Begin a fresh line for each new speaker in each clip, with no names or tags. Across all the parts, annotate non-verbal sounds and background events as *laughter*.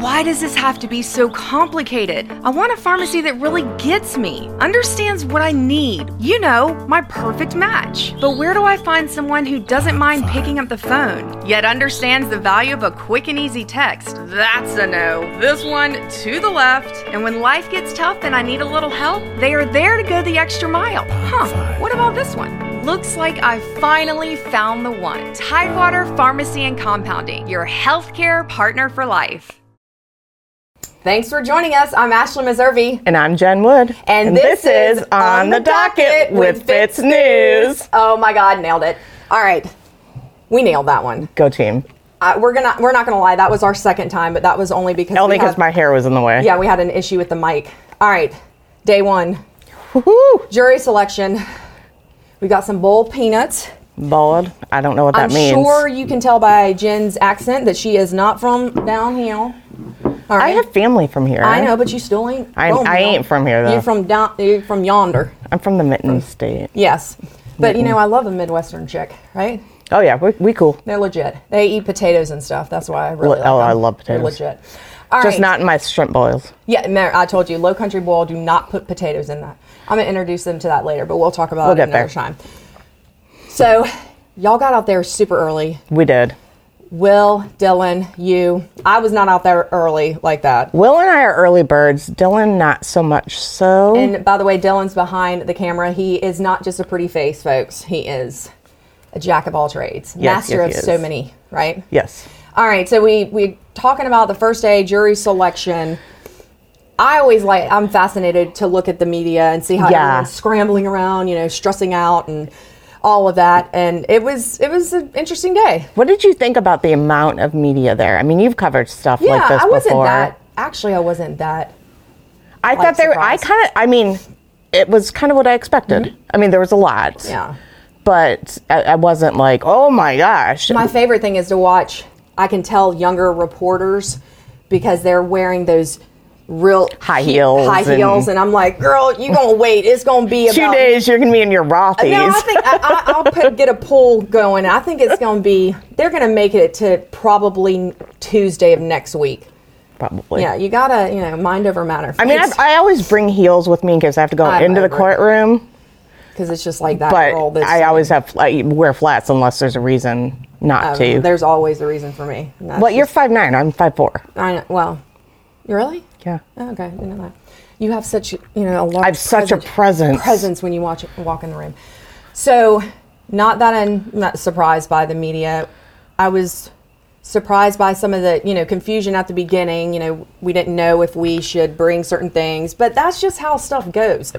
why does this have to be so complicated? I want a pharmacy that really gets me, understands what I need. You know, my perfect match. But where do I find someone who doesn't mind picking up the phone, yet understands the value of a quick and easy text? That's a no. This one to the left. And when life gets tough and I need a little help, they are there to go the extra mile. Huh, what about this one? Looks like I finally found the one. Tidewater Pharmacy and Compounding, your healthcare partner for life. Thanks for joining us. I'm Ashley Meservey.
And I'm Jen Wood.
And, this, is On the Docket with Fitz News. Oh my God, nailed it. All right. We nailed that one.
Go team.
Uh, we're gonna we're not gonna lie. That was our second time, but that was only because
Only
we had-
because my hair was in the way.
yeah we had an issue with the mic. All right, day one
Woo-hoo.
jury selection. We got some bowl peanuts.
Bald. I don't know what that
I'm
means.
sure you can tell by Jen's accent that she is not from down here. All right.
I have family from here.
I know, but you still ain't.
I-
from
I
here.
ain't from here, though.
You're from down. You're from yonder.
I'm from the Mitten State.
Yes, but you know I love a midwestern chick, right?
Oh yeah, we, we cool.
They're legit. They eat potatoes and stuff. That's why I really.
Oh,
like
I
them.
love
They're
potatoes.
legit. All
Just
right.
not in my shrimp boils.
Yeah, no, I told you, low country boil. Do not put potatoes in that. I'm gonna introduce them to that later, but we'll talk about
We'll
it
get
another
there.
time. So, y'all got out there super early.
We did.
Will, Dylan, you. I was not out there early like that.
Will and I are early birds. Dylan not so much. So
And by the way, Dylan's behind the camera. He is not just a pretty face, folks. He is a jack of all trades, master
yes,
of
he is.
so many, right?
yes,
All right, so we we talking about the first day jury selection. I always like I'm fascinated to look at the media and see how
Yeah.
everyone's scrambling around, you know, stressing out and all of that. And it was it was an interesting day.
what did you think about the amount of media there? I mean, you've covered stuff
Yeah,
like this
I wasn't
before.
that actually I wasn't that
I
like,
thought they were. I
surprised.
kind of. I mean, it was kind of what I expected. I mean, there was a lot.
Mm-hmm. yeah.
But I, I wasn't like, oh my gosh.
My favorite thing is to watch I can tell younger reporters because they're wearing those real
High heels
high
and-
heels and I'm like, "Girl, you going to wait. It's going to be
Two
about
days, you're gonna be in your rothies.
No, I think I, I, I'll put, get a poll going. I think it's going to be. They're going to make it to probably Tuesday of next week.
Probably.
Yeah, you gotta, you know, mind over matter.
I mean, I, I always bring heels with me in case I have to go
I'm
into the
over it.
courtroom.
because it's just like that.
But
role that's,
I always have I wear flats unless there's a reason not to.
There's always a reason for me. and that's
But you're
just-
five nine. I'm five four.
I know, well, you really?
Yeah.
Oh, okay, I didn't know that. You have such, you know, a large.
I have such a
presence-
presence.
presence when you watch walk in the room. So, not that I'm not surprised by the media. I was surprised by some of the you know confusion at the beginning. You know, we didn't know if we should bring certain things, but that's just how stuff goes.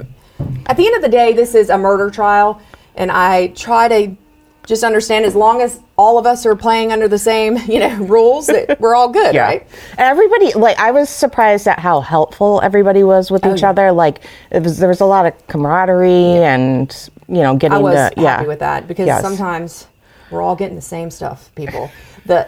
At the end of the day, this is a murder trial, and I try to just understand as long as all of us are playing under the same *laughs* you know rules that we're all good,
Yeah.
right?
And everybody, like, I was surprised at how helpful everybody was
Oh,
with each other. Like, it was there was a lot of camaraderie and you know getting
I was
to
happy
yeah
with that because
Yes.
sometimes we're all getting the same stuff, people. The,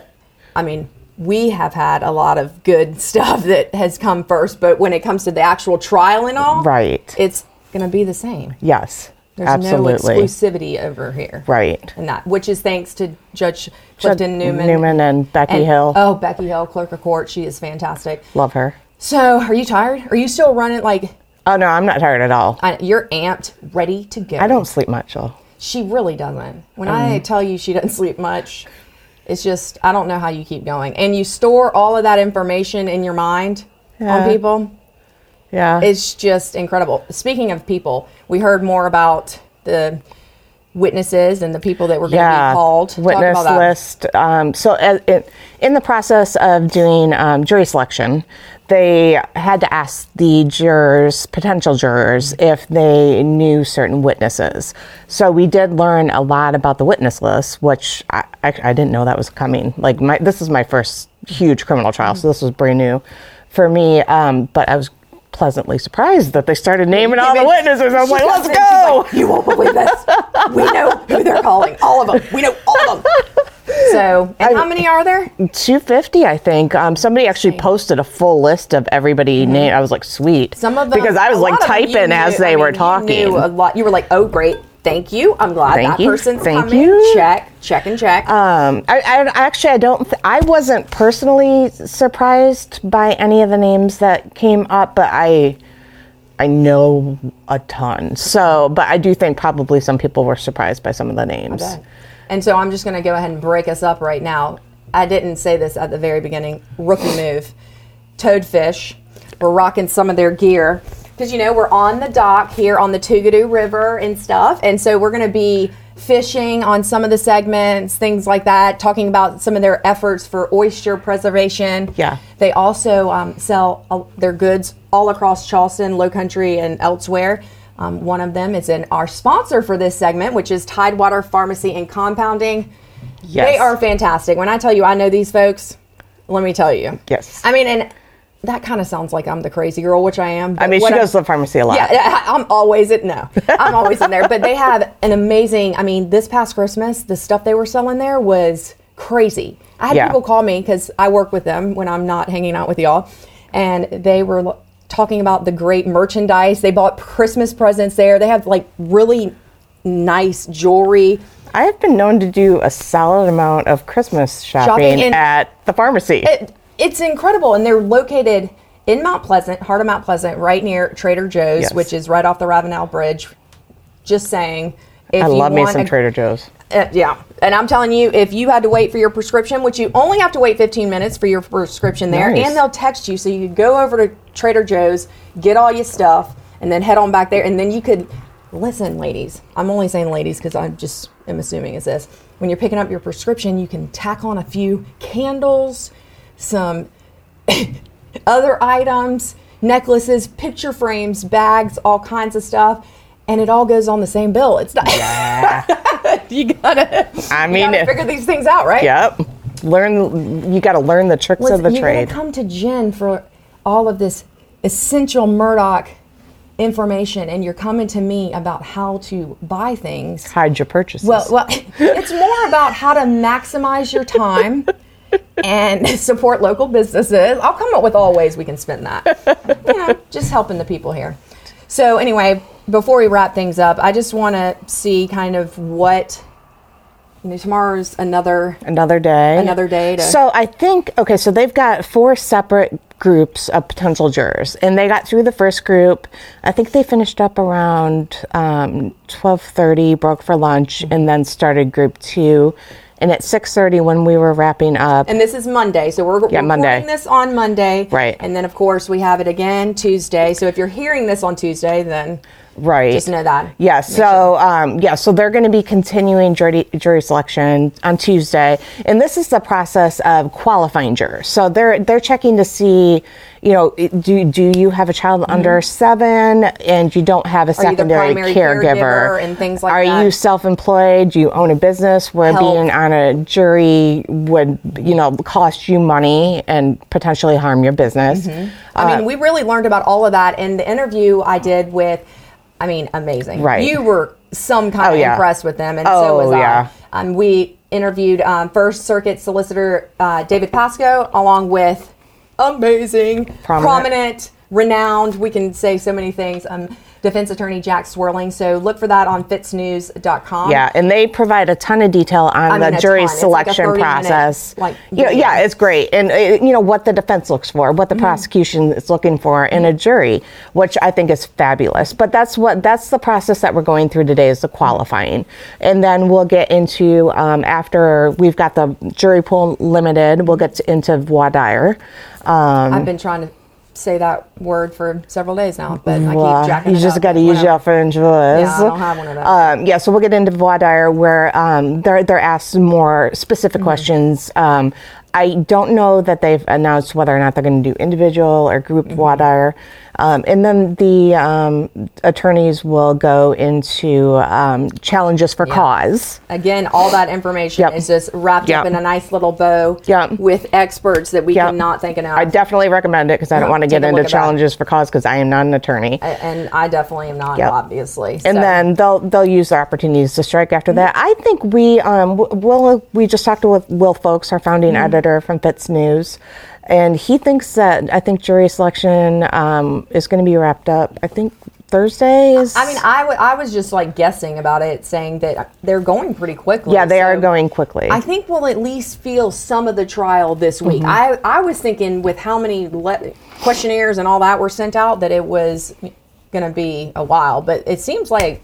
I mean, we have had a lot of good *laughs* stuff that has come first, but when it comes to the actual trial and all,
Right.
it's going to be the same.
Yes.
There's
absolutely.
no exclusivity over here,
Right.
And that, which is thanks to Judge Clifton Newman,
Newman and Becky
and-
Hill.
Oh, Becky Hill, clerk of court, she is fantastic.
Love her.
So, are you tired? Are you still running? Like,
Oh no, I'm not tired at all.
I, you're amped, ready to go.
I don't sleep much though.
She really doesn't. When
Um,
I tell you she doesn't *laughs* sleep much, it's just I don't know how you keep going. And you store all of that information in your mind on
Yeah.
people.
Yeah.
It's just incredible. Speaking of people, we heard more about the witnesses and the people that were going to be called. Talk about
Witness
that.
list. Um, so, uh, it, in the process of doing um, jury selection, they had to ask the jurors, potential jurors, if they knew certain witnesses. So, we did learn a lot about the witness list, which I, I, I didn't know that was coming. Like, my, this is my first huge criminal trial, so this was brand new for me. Um, but I was pleasantly surprised that they
*laughs*
started naming all the witnesses. I was
She
like,
comes
let's
in, she's
go.
like, you won't believe this. We know who they're calling. All of them. We know all of them.
*laughs*
So, and how many are there?
250 i think um, somebody actually posted a full list of everybody name i was like sweet
Mm-hmm. Some of them,
because i was
a
like
lot of them you
typing as
knew-
they
I
were
mean,
talking
You knew a lot. You were like, "Oh, great, Thank you. I'm glad
Thank
that
you.
person's
Thank
coming.
you.
Check, check, and check.
Um, I, I actually I don't th- I wasn't personally surprised by any of the names that came up, but I I know a ton. So, but I do think probably some people were surprised by some of the names.
and so I'm just going to go ahead and break us up right now. I didn't say this at the very beginning. Rookie move. Toadfish. We're rocking some of their gear. Because, you know, we're on the dock here on the Tugadoo River and stuff. And so we're going to be fishing on some of the segments, things like that, talking about some of their efforts for oyster preservation.
Yeah.
They also um, sell uh, their goods all across Charleston, Low Country, and elsewhere. Um, one of them is in our sponsor for this segment, which is Tidewater Pharmacy and Compounding.
Yes.
They are fantastic. When I tell you I know these folks, let me tell you.
Yes.
I mean, and that kind of sounds like I'm the crazy girl, which I am.
I mean, she goes to the pharmacy a lot.
Yeah, yeah, I- I'm always at no. I'm always in there. But they have an amazing. I mean, this past Christmas, the stuff they were selling there was crazy. I had
Yeah.
people call me because I work with them when I'm not hanging out with y'all, and they were lo- talking about the great merchandise. They bought Christmas presents there. They have like really nice jewelry.
I have been known to do a solid amount of Christmas shopping,
and-
at the pharmacy.
It, it's incredible, and they're located in Mount Pleasant, heart of Mount Pleasant, right near Trader Joe's,
Yes.
which is right off the Ravenel Bridge. Just saying. If
I
you
love me
want
some
a-
Trader Joe's.
Uh, yeah, and I'm telling you, if you had to wait for your prescription, which you only have to wait 15 minutes for your prescription there,
Nice.
and they'll text you, so you could go over to Trader Joe's, get all your stuff, and then head on back there, and then you could listen, ladies. I'm only saying ladies because I just am assuming it's this. When you're picking up your prescription, you can tack on a few candles, some *coughs* other items, necklaces, picture frames, bags, all kinds of stuff, and it all goes on the same bill. It's not. you gotta.
I
You
mean,
gotta figure these things out, right?
*laughs* yep. Learn you got to learn the tricks
Listen,
of the
you're
trade.
gonna come to Jen for all of this essential Murdoch information, and you're coming to me about how to buy things.
Hide your purchases.
Well, well, *laughs* it's more about how to maximize your time and *laughs* support local businesses. I'll come up with all ways we can spend that. You know, just helping the people here. So anyway, before we wrap things up, I just want to see kind of what you know. Tomorrow's another
another day.
Another day to-
so I think okay. So they've got four separate groups of potential jurors, and they got through the first group. I think they finished up around um, twelve thirty, broke for lunch, and then started group two. And at six thirty, when we were wrapping up,
And this is Monday, so we're recording
Monday.
this on Monday.
Right.
And then, of course, we have it again Tuesday. So if you're hearing this on Tuesday, then
right?
just know that.
Yeah. So, um, yeah. So they're going to be continuing jury, jury selection on Tuesday, and this is the process of qualifying jurors. So they're they're checking to see, you know, i- do do you have a child under seven, and you don't have a
Mm-hmm. Are you the
secondary
primary
caregiver,
caregiver and things like
Are
that?
you self-employed? Do you own a business? Where
Health.
being on a jury would, you know, cost you money and potentially harm your business. Um,
I
Uh,
mean, we really learned about all of that in the interview I did with, I mean, amazing.
Right.
You were some kind
Oh,
of
yeah.
impressed with them, and so
Oh,
was
yeah.
I. Um, we interviewed um, First Circuit Solicitor uh, David Pasco along with amazing,
Prominent.
prominent, renowned, we can say so many things, um, defense attorney Jack Swirling. So look for that on fitsnews.com.
Yeah, and they provide a ton of detail
mean,
on
a
the jury
ton. It's like a
selection
30 minute,
process.
like,
yeah,
video.
yeah, it's great, and uh, you know what the defense looks for, what
Mm-hmm.
the prosecution is looking for in a jury, which I think is fabulous. But that's what that's the process that we're going through today is the
Mm-hmm.
qualifying, and then we'll get into um, after we've got the jury pool limited, we'll get to, into voir dire. Um,
I've been trying to say that word for several days now, but I
Well,
keep jacking
you
it
just
up.
got to use
Whatever.
your French voice.
Yeah, I don't have one of those.
Um, yeah, so we'll get into voir dire where um, they're they're asked more specific
Mm-hmm.
questions. Um, I don't know that they've announced whether or not they're going to do individual or group
Mm-hmm.
voir dire, um, and then the um, attorneys will go into um, challenges for cause.
Again, all that information
Yep.
is just wrapped up
Yep.
in a nice little bow
Yep.
with experts that we
Yep.
cannot think of.
I definitely recommend it because I don't want to
take
get
a look
into
at that.
challenges for cause because I am not an attorney.
and I definitely am not,
Yep.
obviously.
and
so. Mm-hmm.
then they'll they'll use their opportunities to strike after that. I think we um w- will we just talked with Will Folks, our founding
Mm-hmm.
editor from Fitz News, and he thinks that I think jury selection um, is going to be wrapped up. I think Thursday is.
I mean, I wa- I was just like guessing about it, saying that they're going pretty quickly.
yeah, they are
so
going quickly.
I think we'll at least feel some of the trial this week. I,
Mm-hmm.
I was thinking with how many le- questionnaires and all that were sent out that it was going to be a while, but it seems like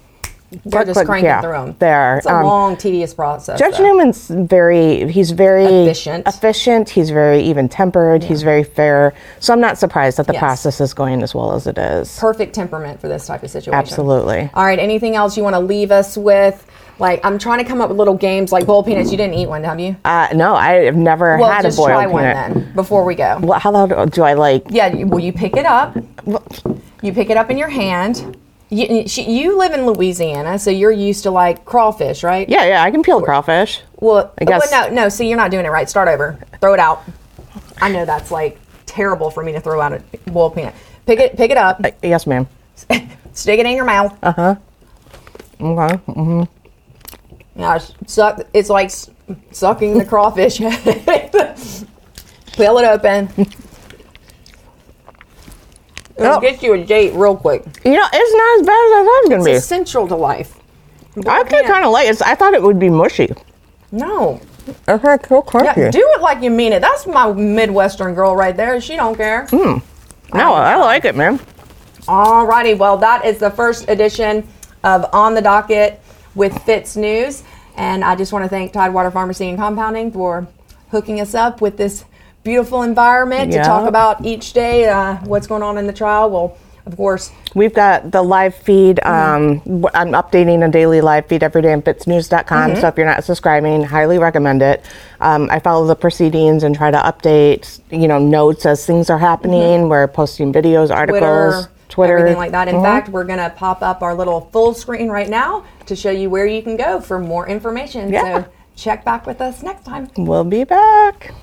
they're
Quick,
just
quick,
cranking
yeah,
through them.
they are.
It's a
Um,
long, tedious process.
Judge
though.
Newman's very, he's very
Efficient.
efficient, He's very even tempered. He's very fair. So I'm not surprised that the
Yes.
process is going as well as it is.
Perfect temperament for this type of situation.
Absolutely.
All right. Anything else you want to leave us with? Like, I'm trying to come up with little games like bowl peanuts. You didn't eat one, have you?
Uh, no, I have never
well,
had
just
a boiled
try
peanut.
one then before we go.
Well, how loud do I like?
Yeah, you, well, you pick it up. You pick it up in your hand. You, she, you live in Louisiana, so you're used to like crawfish, right?
Yeah, yeah, I can peel crawfish.
Well,
I guess-
well, no, no. See, you're not doing it right. Start over. Throw it out. I know that's like terrible for me to throw out a boiled peanut. Pick it, pick it up.
Yes, ma'am.
stick it in your mouth.
Uh-huh. Okay.
Yeah, it's suck. It's like s- sucking the crawfish. *laughs* Peel it open. It'll
Yep.
get you a date real quick.
You know, it's not as bad as I thought it was
It's
going
essential to life.
to be. I actually
peanut.
kind of like it. I thought it would be mushy.
No.
It's like so crunchy.
Yeah, do it like you mean it. That's my Midwestern girl right there. She don't care.
Hmm. no, I like it, man.
Alrighty, well, that is the first edition of On the Docket with Fitz News. And I just want to thank Tidewater Pharmacy and Compounding for hooking us up with this beautiful environment
Yeah.
to talk about each day uh, what's going on in the trial. Well, of course,
We've got the live feed. Um,
Mm-hmm.
w- I'm updating a daily live feed every day on fitsnews.com.
Mm-hmm.
So if you're not subscribing, highly recommend it. Um, I follow the proceedings and try to update, you know, notes as things are happening. We're posting videos, articles,
Mm-hmm. Twitter,
Twitter, Mm-hmm.
everything like that. In fact, we're going to pop up our little full screen right now to show you where you can go for more information.
Yeah.
So check back with us next time.
We'll be back.